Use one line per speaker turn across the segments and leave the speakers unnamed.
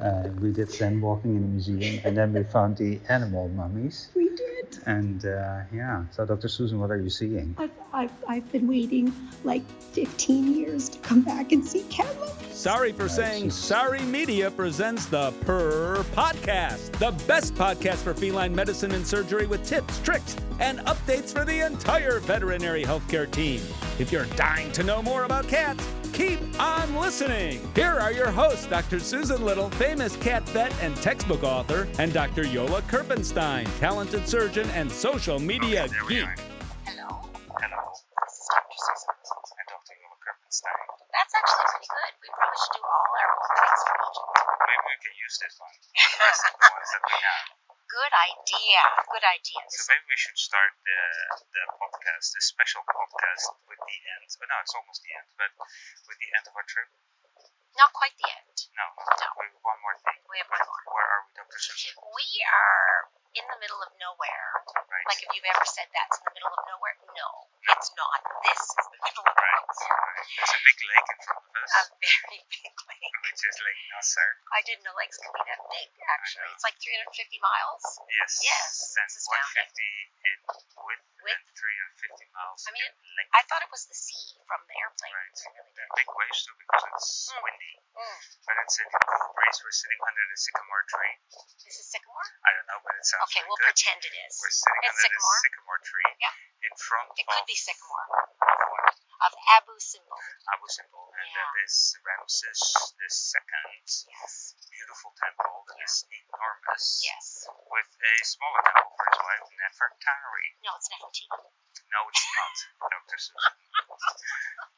Uh, we did then walking in the museum, and then we found the animal mummies.
We did.
And uh, yeah, so Dr. Susan, what are you seeing?
I've, I've, I've been waiting like 15 years to come back and see cat mummies.
Sorry for saying sorry media presents the Purr Podcast, the best podcast for feline medicine and surgery with tips, tricks, and updates for the entire veterinary healthcare team. If you're dying to know more about cats, keep on listening. Here are your hosts, Dr. Susan Little, famous cat vet and textbook author, and Dr. Yola Kerpenstein, talented surgeon and social media
Okay, there we
geek.
are.
Hello.
Hello, this is Dr. Susan and Dr. Yola Kerpenstein.
That's actually pretty good. We probably should do all our old things for Egypt.
Maybe we can use this one for the rest of the ones that we have.
Good idea. Good idea. This-
So maybe we should start the, the podcast, this special podcast, with the end. Oh, no, it's almost the end, but with the end of our trip.
not quite the end.
No,
No.
we have one more thing.
We have one more.
Where are we, Dr. Susan?
We are in the middle of nowhere.
Right.
Like if you've ever said that's in the middle of nowhere, no, it's not. This is the middle of
Right.
nowhere.
right. There's a big lake in front of us,
A very big lake.
which is Lake Nasser.
I didn't know lakes could be that big, actually. It's like 350 miles.
Yes.
Yes,
And
this is founding.
150 in width, and
Width.
350 miles
I mean,
in length.
I thought it was the sea from the airplane.
Right.
I really
There
did.
are big waves too because it's
Mm.
windy.
Mm.
But it's a cool breeze. We're sitting under the sycamore tree.
This is Sycamore?
I don't know, but it sounds
Okay,
really
we'll
good.
pretend it is.
We're sitting
It's
under
sycamore.
this sycamore tree
Yeah.
in front
It
of
could be Sycamore.
what?
of Abu Simbel.
Abu Simbel, and that
Yeah.
is Ramses the second
Yes.
beautiful temple that
Yeah.
is enormous.
Yes.
With a smaller temple for his wife, Nefertari.
No, it's Nefertiti.
No, it's not, Doctor Susan.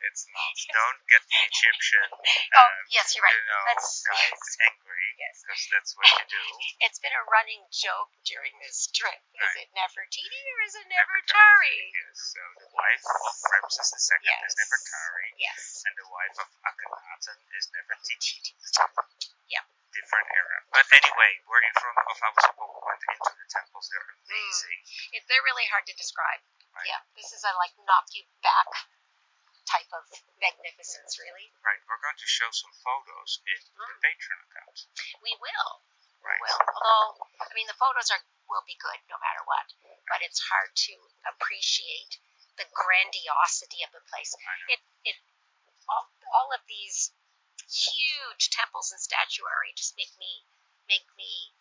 it's not. Don't get the Egyptian.
Oh,
um,
yes, you're right.
You know,
That's-
guys
yes.
angry
Yes.
because that's what you do.
It's been a running joke during this trip. Is
Right.
it Nefertiti or is it
Nefertari
Nefertari?
is, So the wife of Ramses II is
Yes.
Nefertari,
Yes.
and the wife of Akhenaten is Nefertiti.
Yeah.
Different era. But anyway, we're in front of Abu Simbel. We went into the temples. They're
Hmm.
amazing.
It, they're really hard to describe.
Right.
Yeah. This is a like knock you back type of magnificence, really.
Right. We're going to show some photos in the
Mm.
Patreon account.
We will. We
Right.
will. Although, I mean, the photos are will be good no matter what, but it's hard to appreciate the grandiosity of the place.
know.
It it all, all of these huge temples and statuary just make me make me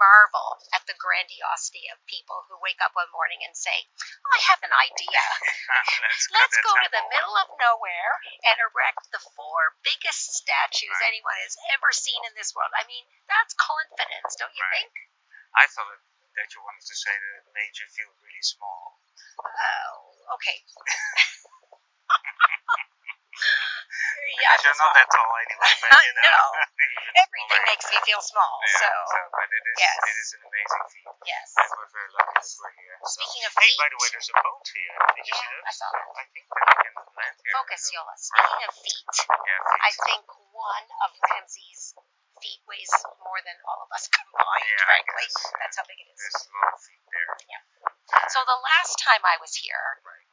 marvel at the grandiosity of people who wake up one morning and say, "I have an idea.
Let's,
Let's
that
go to the
temple.
middle of nowhere and erect the four biggest statues
Right.
anyone has ever seen in this world. I mean, that's confidence, don't you
Right.
think?
I thought that you wanted to say that it made you feel really small.
Oh, okay. yeah,
Because you're
that's
not
fine.
that tall anyway. But, you know,
No.
even
Everything
smaller.
makes me feel small,
Yeah,
so
but it is,
yes.
it is an amazing feat.
yes.
And we're very lucky that we're here. So.
Speaking of
Hey,
feet,
by the way, there's a boat here. Did you see
Yeah,
that?
I saw that.
I think that we can land here.
focus, Yola. Speaking of feet,
Yeah, feet.
I think one of Ramsey's feet weighs more than all of us combined,
Yeah, I
frankly.
guess, yeah.
That's how big it is.
There's a lot of feet there.
So the last time I was here,
Right.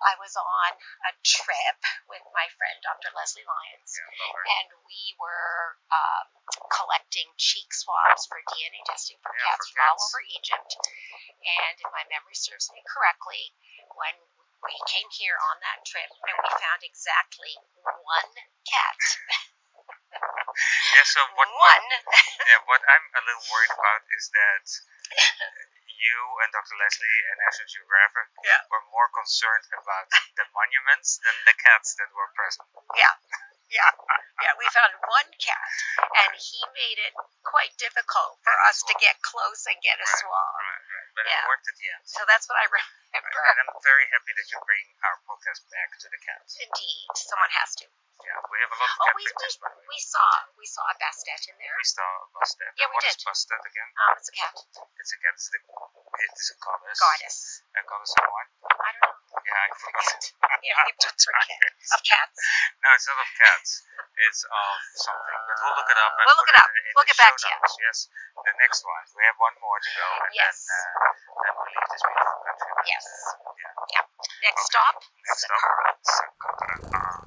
I was on a trip with my friend Dr. Leslie Lyons,
Yeah, lower.
and we were um, collecting cheek swabs for DNA testing for
Yeah,
cats
for
from all
cats.
over Egypt. And if my memory serves me correctly, when we came here on that trip, and we found exactly one cat.
Yeah, so what,
one.
yeah, what I'm a little worried about is that you and Dr. Leslie and National Geographic
Yeah.
were more concerned about the monuments than the cats that were present.
Yeah. Yeah. Yeah, we found one cat and he made it quite difficult for us to get close and get a
Right,
swab.
Right, right. But
Yeah.
it worked at the end.
So that's what I remember.
And I'm very happy that you bring our podcast back to the cats.
Indeed, someone has to.
Yeah, we have a lot of
Oh,
cat
we, we,
pictures, by the way.
we saw we saw a bastet in there.
We saw Bastet.
Yeah, we
what is
did.
Bastet again?
Um, it's a cat
It's a cat. It's, the, it's a goddess.
goddess.
A goddess of what?
I don't know.
Yeah, I
Forget.
forgot.
Yeah,
Not
people
to
forget.
try it.
Of cats.
No, it's not of cats. It's of something. But we'll look it up. and
We'll look
put
it up.
In, in
We'll
the
get back
show
to you.
notes. Yes. The next one. We have one more to go, and
Yes.
then uh, then we leave this beautiful country. But,
Yes.
uh, yeah.
Next
Okay.
stop,
Next
Saqqara.
up, Saqqara. Ah.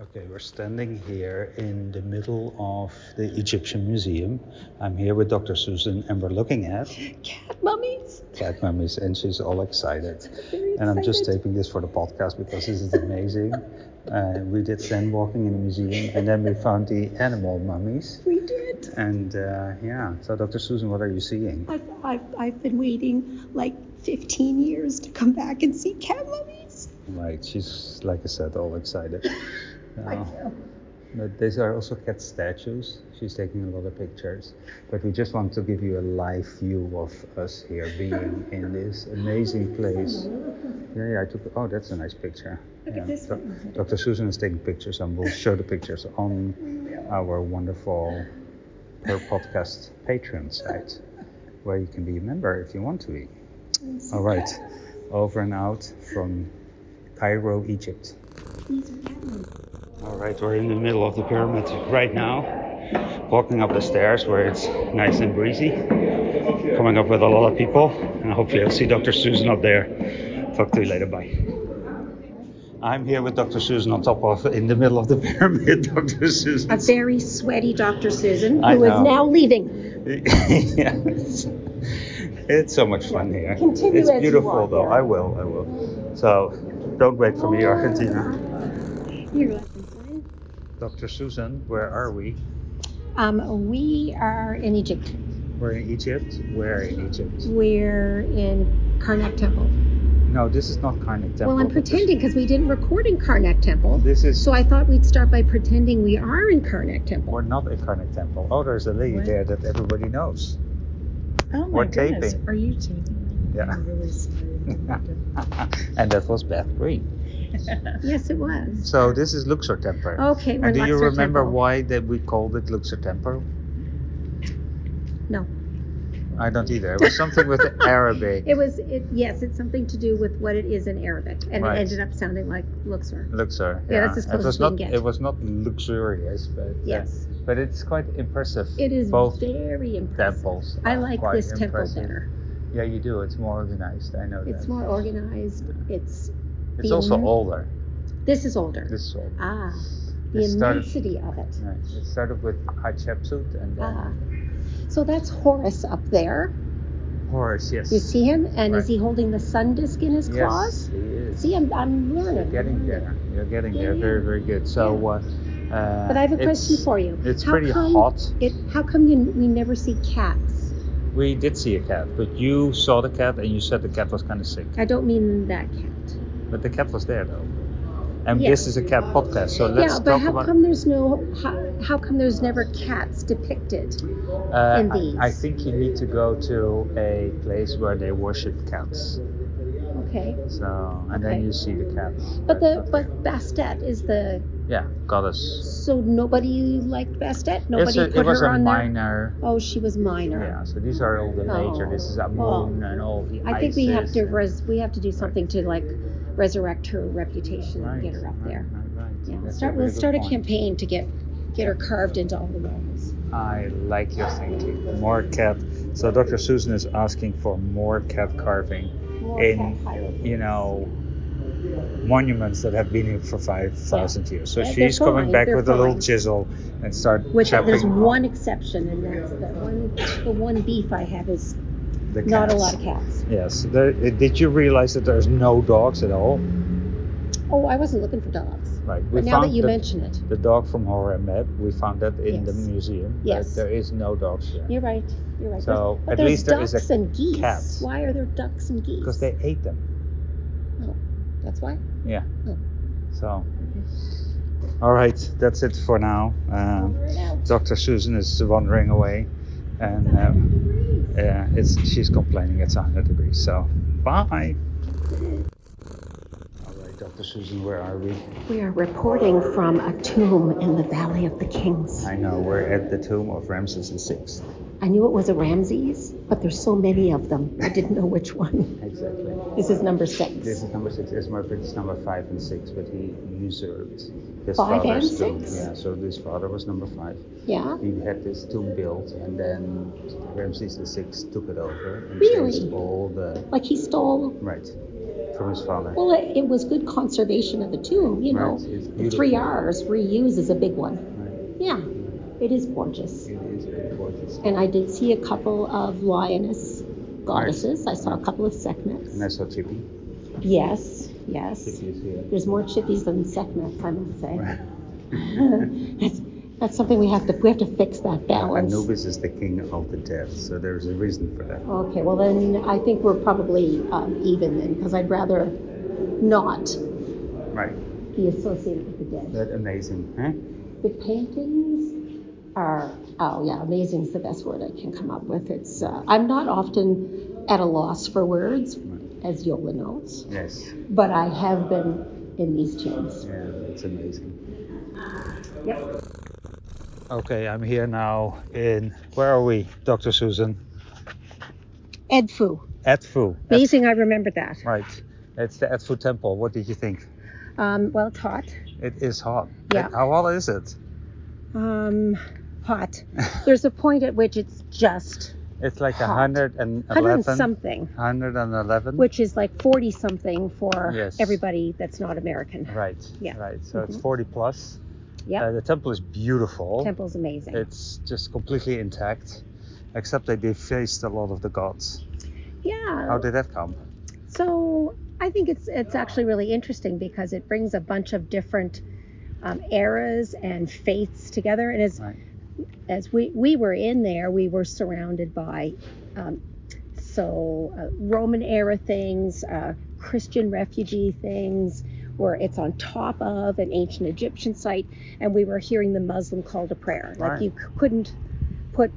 Okay, we're standing here in the middle of the Egyptian Museum. I'm here with Dr. Susan, and we're looking at
Cat mummies.
cat mummies, and she's all excited.
Very
And I'm just
excited.
taping this for the podcast because this is amazing. Uh, we did sand walking in the museum, and then we found the animal mummies.
We did.
And uh, yeah, so Dr. Susan, what are you seeing?
I've, I've, I've been waiting like 15 years to come back and see cat mummies.
Right, she's like I said, all excited.
I
Uh,
know.
But these are also cat statues. She's taking a lot of pictures. But we just want to give you a live view of us here being in this amazing place. Yeah, yeah, I took. Oh, that's a nice picture.
Look at
yeah.
this
Doc- Dr. Susan is taking pictures, and we'll show the pictures on our wonderful her podcast Patreon site, where you can be a member if you want to be. All right, over and out from Cairo, Egypt.
These are cat mummies.
All right, we're in the middle of the pyramid right now, walking up the stairs where it's nice and breezy, coming up with a lot of people, and hopefully I'll see Dr. Susan up there. Talk to you later, bye. I'm here with Dr. Susan on top of, in the middle of the pyramid, Dr. Susan.
a very sweaty Dr. Susan,
I
who is
know.
now leaving.
yeah, it's, it's so much fun here.
Continue
it's
as you
beautiful
are,
though.
yeah.
I will, I will. So don't wait for me, Argentina.
You're welcome, Glenn.
Dr. Susan, where are we?
Um, we are in Egypt.
We're in Egypt. Where in Egypt?
We're in Karnak Temple.
No, this is not Karnak Temple.
Well, I'm
but this-
pretending because we didn't record in Karnak Temple.
This is.
So I thought we'd start by pretending we are in Karnak Temple.
we're not in Karnak Temple. Oh, there's a lady
What?
there that everybody knows.
Oh my
We're
goodness,
taping.
are you taping?
Yeah.
I'm really sorry.
and that was Beth Green.
Yes, it was.
So this is Luxor Temple.
Okay, we're
and do you
Oh, Luxor
remember
Temple.
why that we called it Luxor Temple?
No.
I don't either. It was something with the Arabic.
It was, it, yes, it's something to do with what it is in Arabic, and
Right.
it ended up sounding like Luxor.
Luxor.
Yeah, that's as close
it was
as we
not.
can get.
It was not luxurious, but uh,
Yes,
but it's quite impressive.
it is
both
very impressive.
temples.
I
are
like
quite
this temple
impressive.
better.
Yeah, you do. It's more organized. I know
It's
that.
more organized. It's
it's also
thin.
older.
this is older.
This is older.
ah, the
It started-
immensity of it.
Right. It started with Hatshepsut and then
Ah, so that's Horus up there.
Horus. Yes.
You see him, and
Right.
is he holding the sun disk in his
yes,
claws?
he is.
See, I'm, I'm
You're
learning.
getting
I'm learning.
there. You're getting
Yeah,
there.
yeah.
Very, very good. So, uh, uh,
But I have a question
it's-
for you.
It's
How
pretty
come
hot.
It, how come you, we never see cats?
We did see a cat, but you saw the cat and you said the cat was kind of sick.
I don't mean that cat.
But the cat was there though. And
Yeah.
this is a cat podcast, so let's
yeah, but
talk
how
about.
come there's no how, how come there's never cats depicted?
uh,
in
I- I,
these?
think you need to go to a place where they worship cats.
Okay,
So and then
Okay.
you see the cat.
but the but Bastet is the
yeah goddess.
so nobody liked Bastet. Nobody
It's a-
put
it was
her
a
on there.
minor.
Oh, she was minor.
Yeah, so these are all the nature. This is a
Oh.
moon and all the
I think we have
Isis
to
and-
res- we have to do something to like resurrect her reputation
Right,
and get her up
right,
there.
right, right.
Yeah,
That's
start.
very
We'll
good
start a
point.
campaign to get get her carved into all the walls.
I like your thinking. More cat. So Dr. Susan is asking for more cat carving
More
in
cat hieroglyphs.
you know monuments that have been here for five thousand years. So
They're-
she's
they're
coming
fine,
back
they're
with a little
fine.
chisel and start
Which there's
chopping
one exception, and that's the one the one beef I have is
the cats.
not a lot of cats.
Yes. There, did you realize that there's no dogs at all?
Oh, I wasn't looking for dogs.
Right. We
But now that
found
you
the,
mention it,
the dog from Horror Map. We found that in the
Yes.
museum.
Yes.
But there is no dogs here.
you're right. You're right.
So,
There's- but
at
there's
least there is
ducks
a
and geese.
cat.
Why are there ducks and geese?
Because they ate them.
That's why.
Yeah.
Oh.
So. All right. That's it for now. Um,
Over and out.
Dr. Susan is wandering away, and um, yeah, it's she's complaining it's 100 degrees. So, bye. All right, Dr. Susan, where are we?
We are reporting from a tomb in the Valley of the Kings.
I know we're at the tomb of Ramses VI.
I knew it was a Ramses, but there's so many of them. I didn't know which one.
Exactly.
This is number
This
six.
is number six. Ismail is number five and six, but he usurped his
Five and
father's tomb.
six?
Yeah, so his father was number five.
Yeah.
He had this tomb built, and then Ramses VI took it over and
Really?
changed all the
Like he stole.
Right. from his father.
Well, it, it was good conservation of the tomb, you know.
Right, it's
The three
beautiful.
R's, reuse is a big one.
Right.
Yeah, it is gorgeous.
It is very gorgeous.
And I did see a couple of lioness goddesses. I saw a couple of
And I
Sekhmets.
saw Chippy.
Yes, yes.
It is here.
There's more chippies than Sekhmets, I must say. That's, that's something we have to, we have to fix that balance.
Anubis is the king of the dead, so there's a reason for that.
Okay, well then, I think we're probably um, even then, because I'd rather not
Right.
be associated with the dead.
That amazing, huh?
The paintings are, oh yeah, amazing is the best word I can come up with. It's, uh, I'm not often at a loss for words, as Yola knows,
Yes.
but I have been in these tunes.
Yeah, that's amazing. Okay, I'm here now in where are we, Dr. Susan?
Edfu,
Edfu.
amazing, I remembered that.
Right. It's the Edfu temple. What did you think?
Um, well, it's hot,
It is hot.
Yeah.
How hot is it?
um, hot. There's a point at which it's just
It's like a
Hot.
111.
100 something.
111.
which is like 40 something for
Yes.
everybody that's not American.
Right.
Yeah. Mm-hmm.
Right. So it's 40 plus.
Yeah.
Uh, the temple is beautiful.
Temple's amazing.
It's just completely intact, except that they faced a lot of the gods. How
yeah.
did that come?
So I think it's it's actually really interesting because it brings a bunch of different um, eras and faiths together. And as
Right.
as we we were in there, we were surrounded by um, so uh, Roman era things, uh, Christian refugee things. Where it's on top of an ancient Egyptian site, and we were hearing the Muslim call to prayer. Like
Right.
you c- couldn't put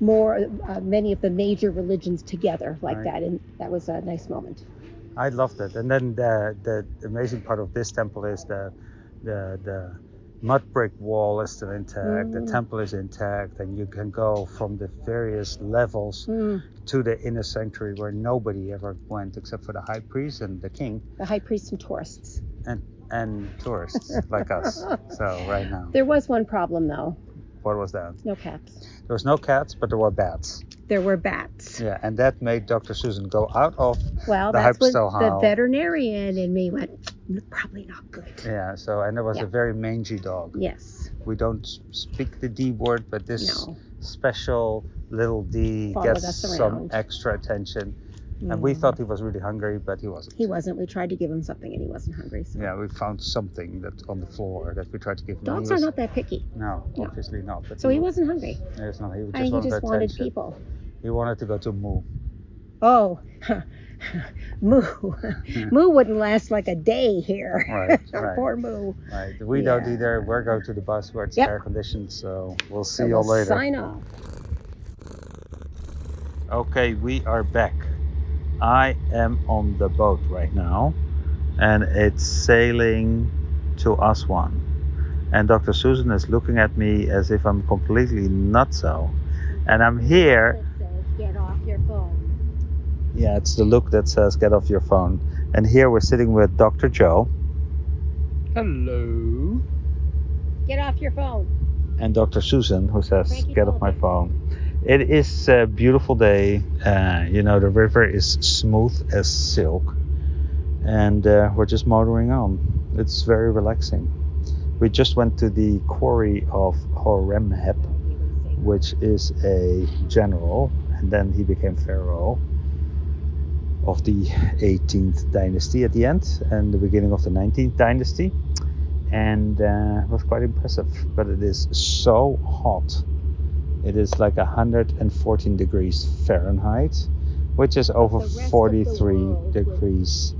more, uh, many of the major religions together like
Right.
that, and that was a nice moment.
I love that. And then the, the amazing part of this temple is the the the mud brick wall is still intact. The temple is intact, and you can go from the various levels to the inner sanctuary where nobody ever went except for the high priest and the king
The high priests and tourists.
and and tourists like us. So right now,
There was one problem though,
what was that?
no cats.
There was no cats, but there were bats.
There were bats.
Yeah, and that made Dr. Susan go out of.
Well,
The
that's what
hypostyle
the
howl.
veterinarian in me went. "Mm, Probably not good.
Yeah, so and there was
Yeah.
a very mangy dog.
Yes.
We don't s- speak the D word, but this
No.
special little D
Followed
gets
us
some
around.
extra attention. And we thought he was really hungry, but he wasn't.
He wasn't. We tried to give him something and he wasn't hungry. So.
Yeah, we found something that on the floor that we tried to give him.
Dogs
He
are
was-
not that picky,
No, obviously not. But
so he wasn't hungry.
He was not. He just
I think
wanted
he just wanted
attention.
people.
He wanted to go to Moo.
Oh, Moo. Moo wouldn't last like a day here.
Right, right.
Poor Moo.
Right. We don't
Yeah.
either. We're going to the bus where it's
Yep.
air conditioned, so we'll see
So
you
we'll
all later.
Sign off.
Okay, we are back. I am on the boat right now, and it's sailing to Aswan. And Dr. Susan is looking at me as if I'm completely nutso. And I'm here.
Get off your phone.
Yeah, it's the look that says get off your phone. And here we're sitting with Dr. Joe
Hello.
Get off your phone.
and Dr. Susan, who says
Frankie
get off my phone. It is a beautiful day. Uh, you know, the river is smooth as silk. and uh, we're just motoring on. It's very relaxing. We just went to the quarry of Horemheb, which is a general, and then he became pharaoh of the 18th dynasty at the end and the beginning of the 19th dynasty, and uh, it was quite impressive. But it is so hot. It is like 114 degrees Fahrenheit, which is over
the rest of the
43
world would-
degrees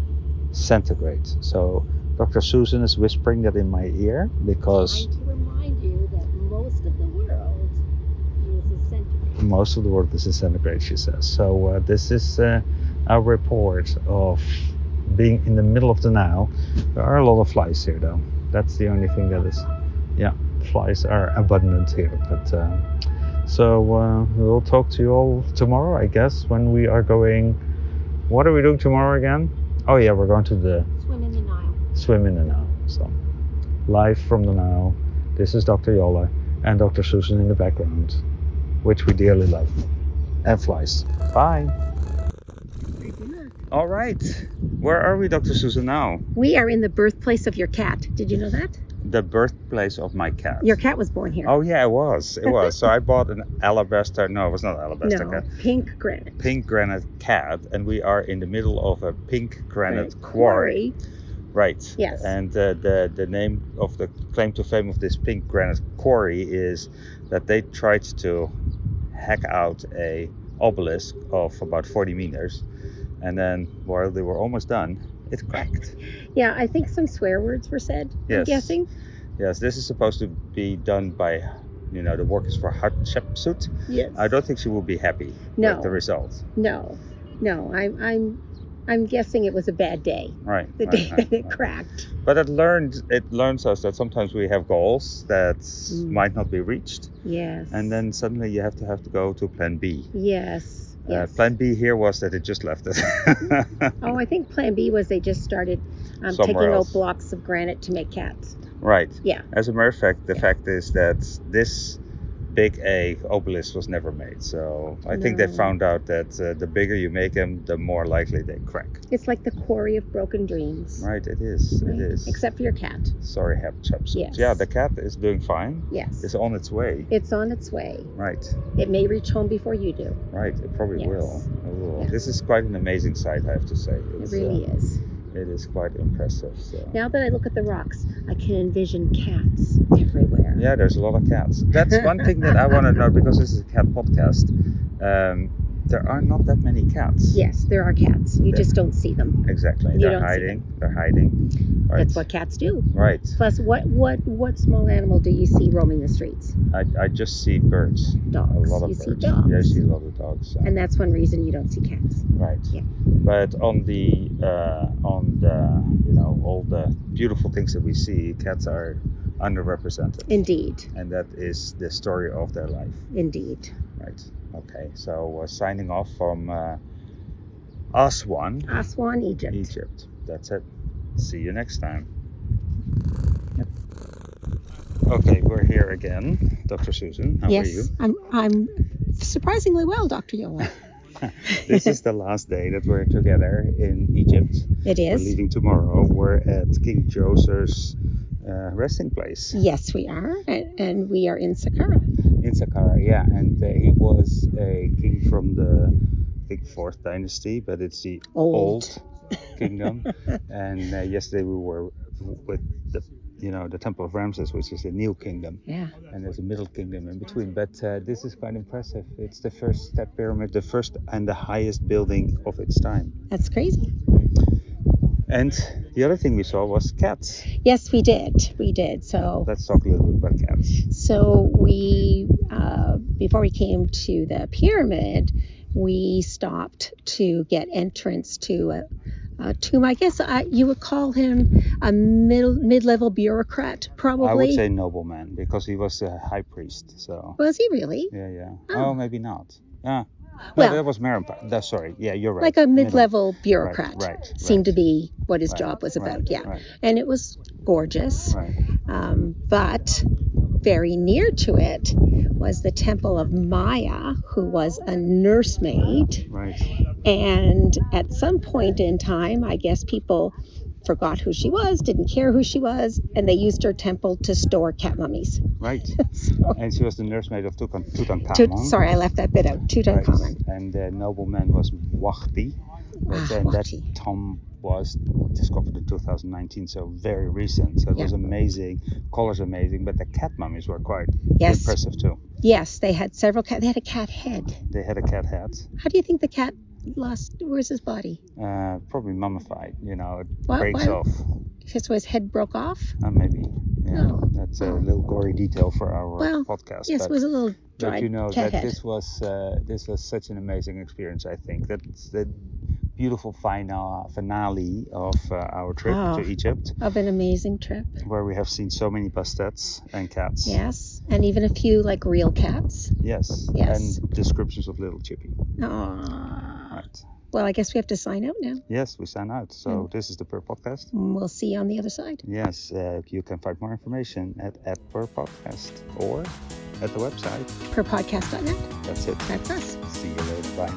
centigrade. So Dr. Susan is whispering that in my ear because
Trying to remind you that most of the world uses centigrade.
most of the world is in centigrade, she says. So uh, this is uh, a report of being in the middle of the now. There are a lot of flies here, though. That's the only thing that is. Yeah, flies are abundant here. But uh, so uh, we'll talk to you all tomorrow, I guess, when we are going. What are we doing tomorrow again? Oh yeah, we're going to the
Swim in the Nile.
swim in the now. So, live from the now. This is Dr. Yola and Dr. Susan in the background, which we dearly love. And flies. Bye.
Great work.
All right. Where are we, Dr. Susan, now?
We are in the birthplace of your cat. Did you know that?
The birthplace of my cat.
Your cat was born here.
Oh, yeah, it was. It was. so I bought an alabaster. No, it was not alabaster
no,
cat.
pink granite.
Pink granite cat, and we are in the middle of a pink granite quarry. Right.
Yes.
And uh, the the name of the claim to fame of this pink granite quarry is that they tried to hack out a obelisk of about 40 meters, and then while they were almost done, it cracked.
Yeah, I think some swear words were said. I'm
Yes.
guessing.
yes, this is supposed to be done by, you know, the workers for Hatshepsut.
Yes.
I don't think she will be happy
No.
with the result.
No, no. I'm I'm I'm guessing it was a bad day.
Right.
The
right,
day
right,
that it
right.
cracked.
But it learned it learns us that sometimes we have goals that
Mm.
might not be reached.
Yes.
and then suddenly you have to have to go to plan B.
Yes.
Uh,
yes.
plan B here was that it just left it.
oh, I think Plan B was they just started um,
Somewhere
taking out
else.
blocks of granite to make cats.
right.
Yeah.
As a matter of fact, the fact is that this big A obelisk was never made. So I think they
No.
found out that uh, the bigger you make them, the more likely they crack.
It's like the quarry of broken dreams.
Right. It is.
right?
It is.
Except for your cat.
Sorry, Hatshepsut.
Yes.
Yeah, the cat is doing fine.
Yes.
It's on its way.
It's on its way.
Right.
It may reach home before you do.
Right. It probably
Yes.
will. It will.
Yeah.
This is quite an amazing sight, I have to say. uh,
It really is.
It is quite impressive. So.
Now that I look at the rocks, I can envision cats everywhere.
Yeah, there's a lot of cats. That's one thing that I want to know because this is a cat podcast. Um, there are not that many cats.
Yes, there are cats. You
Yeah.
just don't see them.
Exactly.
You
They're
don't see
hiding. They're hiding. Right.
That's what cats do.
Right.
Plus, what what what small animal do you see roaming the streets?
I, I just see birds. A
Dogs.
lot of
you see
birds.
dogs.
Yeah, I see a lot of dogs.
And that's one reason you don't see cats.
right.
yeah.
But on the uh, on the you know all the beautiful things that we see, cats are underrepresented,
Indeed,
and that is the story of their life.
indeed.
Right. Okay. So we're signing off from uh, Aswan.
Aswan, Egypt.
Egypt. That's it. See you next time. Okay, we're here again. Dr. Susan, how
yes,
are you?
I'm I'm surprisingly well, Dr. Yola.
This is the last day that we're together in Egypt.
It
We're
is.
leaving tomorrow. We're at King Joser's uh, resting place
Yes, we are, and, and we are in Saqqara.
in Saqqara. Yeah, and uh, he was a king from the I think fourth dynasty, but it's the
Old.
kingdom. and uh, yesterday we were with the you know the Temple of Ramses, which is the new kingdom.
Yeah.
and there's a middle kingdom in between. But uh, this is quite impressive. It's the first step pyramid, the first and the highest building of its time.
That's crazy.
And the other thing we saw was cats.
Yes, we did. We did. So
Let's talk a little bit about cats.
so we uh, before we came to the pyramid, we stopped to get entrance to a, a tomb. I guess I, you would call him a middle mid-level bureaucrat, probably.
I would say nobleman because he was a high priest. So
Was he really?
yeah, yeah.
Oh.
Oh, maybe not. Yeah. No,
Well-
that was Merimpa. That's sorry. Yeah, you're right.
Like a
Middle.
mid-level bureaucrat
right, right.
seemed to be what his
Right,
job was
right,
about. yeah,
right.
and it was gorgeous.
Right.
Um, but very near to it was the temple of Maya, who was a nursemaid.
Right.
And at some point in time, I guess people forgot who she was, didn't care who she was, and they used her temple to store cat mummies.
Right.
So,
And she was the nursemaid of Tutan- Tutankhamun.
Tut- sorry, I left that bit out.
Right.
Tutankhamun.
And the nobleman was Wahdi. But
Ah,
then
Wahdi.
that tomb was discovered in 2019, so very recent. So it was
Yeah.
amazing. Colors amazing, but the cat mummies were quite
Yes.
impressive too.
Yes, they had several cat. They had a cat head.
They had a cat head,
How do you think the cat lost? Where's his body?
uh, probably mummified. You know, it
Why-
breaks
why-
off.
His, his head broke off.
Uh, maybe. Yeah,
Oh.
that's a little gory detail for our
Well,
podcast.
yes,
but,
it was a little
but
dry
you know
cat
that
head.
this was uh, this was such an amazing experience. I think that's the beautiful final finale of uh, our trip
Oh.
to Egypt,
of an amazing trip.
where we have seen so many pastets and cats.
Yes, and even a few like real cats.
Yes.
Yes.
And descriptions of Little Chippy.
Aw.
Right.
Well, I guess we have to sign out now.
Yes, we sign out. So this is the Per Podcast.
and We'll see you on the other side.
Yes, uh, you can find more information at, at Per Podcast or at the website.
Per podcast.net.
That's it.
That's us.
See you later. Bye.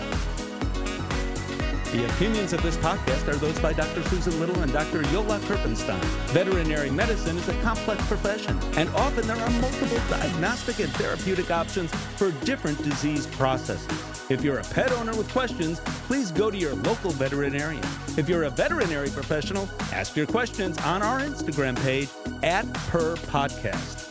The opinions of this podcast are those by Dr. Susan Little and Dr. Yola Kerpenstein. Veterinary medicine is a complex profession, and often there are multiple diagnostic and therapeutic options for different disease processes. If you're a pet owner with questions, please go to your local veterinarian. If you're a veterinary professional, ask your questions on our Instagram page at Per Podcast.